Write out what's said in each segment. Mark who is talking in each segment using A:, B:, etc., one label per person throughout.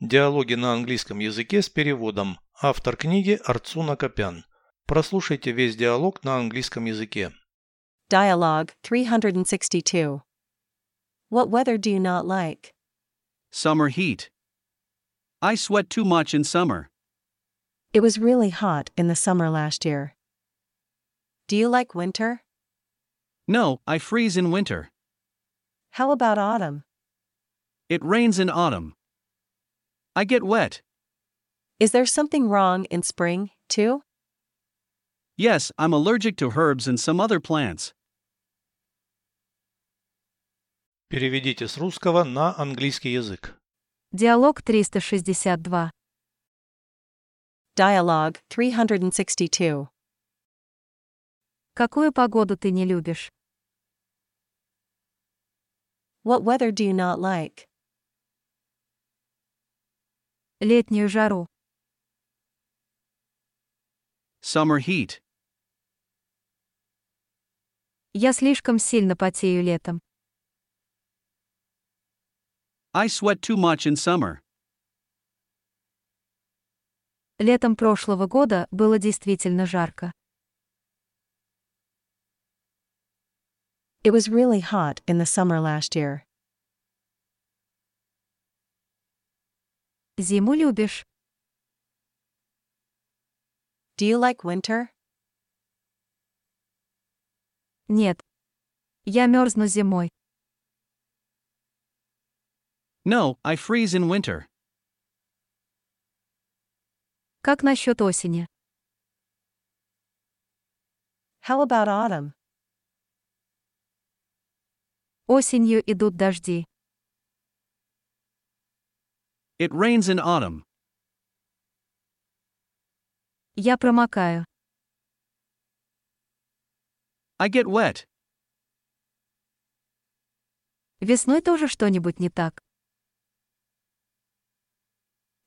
A: Диалоги на английском языке с переводом. Автор книги Арцуна Копян. Прослушайте весь диалог на английском языке.
B: Dialogue 362. What weather do you not like?
C: Summer heat. I sweat too much in summer.
B: It was really hot in the summer last year. Do you like winter?
C: No, I freeze in winter.
B: How about autumn?
C: It rains in autumn. I get wet.
B: Is there something wrong in spring, too?
C: Yes, I'm allergic to herbs and some other plants.
A: Переведите с русского на английский язык.
D: Диалог 362.
B: Dialogue 362.
D: Какую погоду ты не любишь?
B: What weather do you not like?
D: Летнюю жару.
C: Summer heat.
D: Я слишком сильно потею летом.
C: I sweat too much in summer.
D: Летом прошлого года было действительно жарко.
B: It was really hot in the summer last year.
D: Зиму любишь?
B: Do you like winter?
D: Нет. Я мерзну зимой.
C: No, I freeze in winter.
D: Как насчет осени?
B: How about autumn?
D: Осенью идут дожди.
C: It rains in autumn.
D: Я промокаю.
C: I get wet.
D: Весной тоже что-нибудь не так.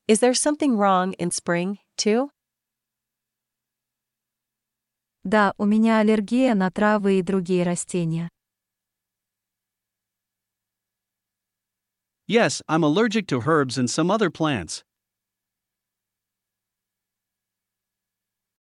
B: Is there something wrong in spring, too?
D: Да, у меня аллергия на травы и другие растения.
C: Yes, I'm allergic to herbs and some other plants.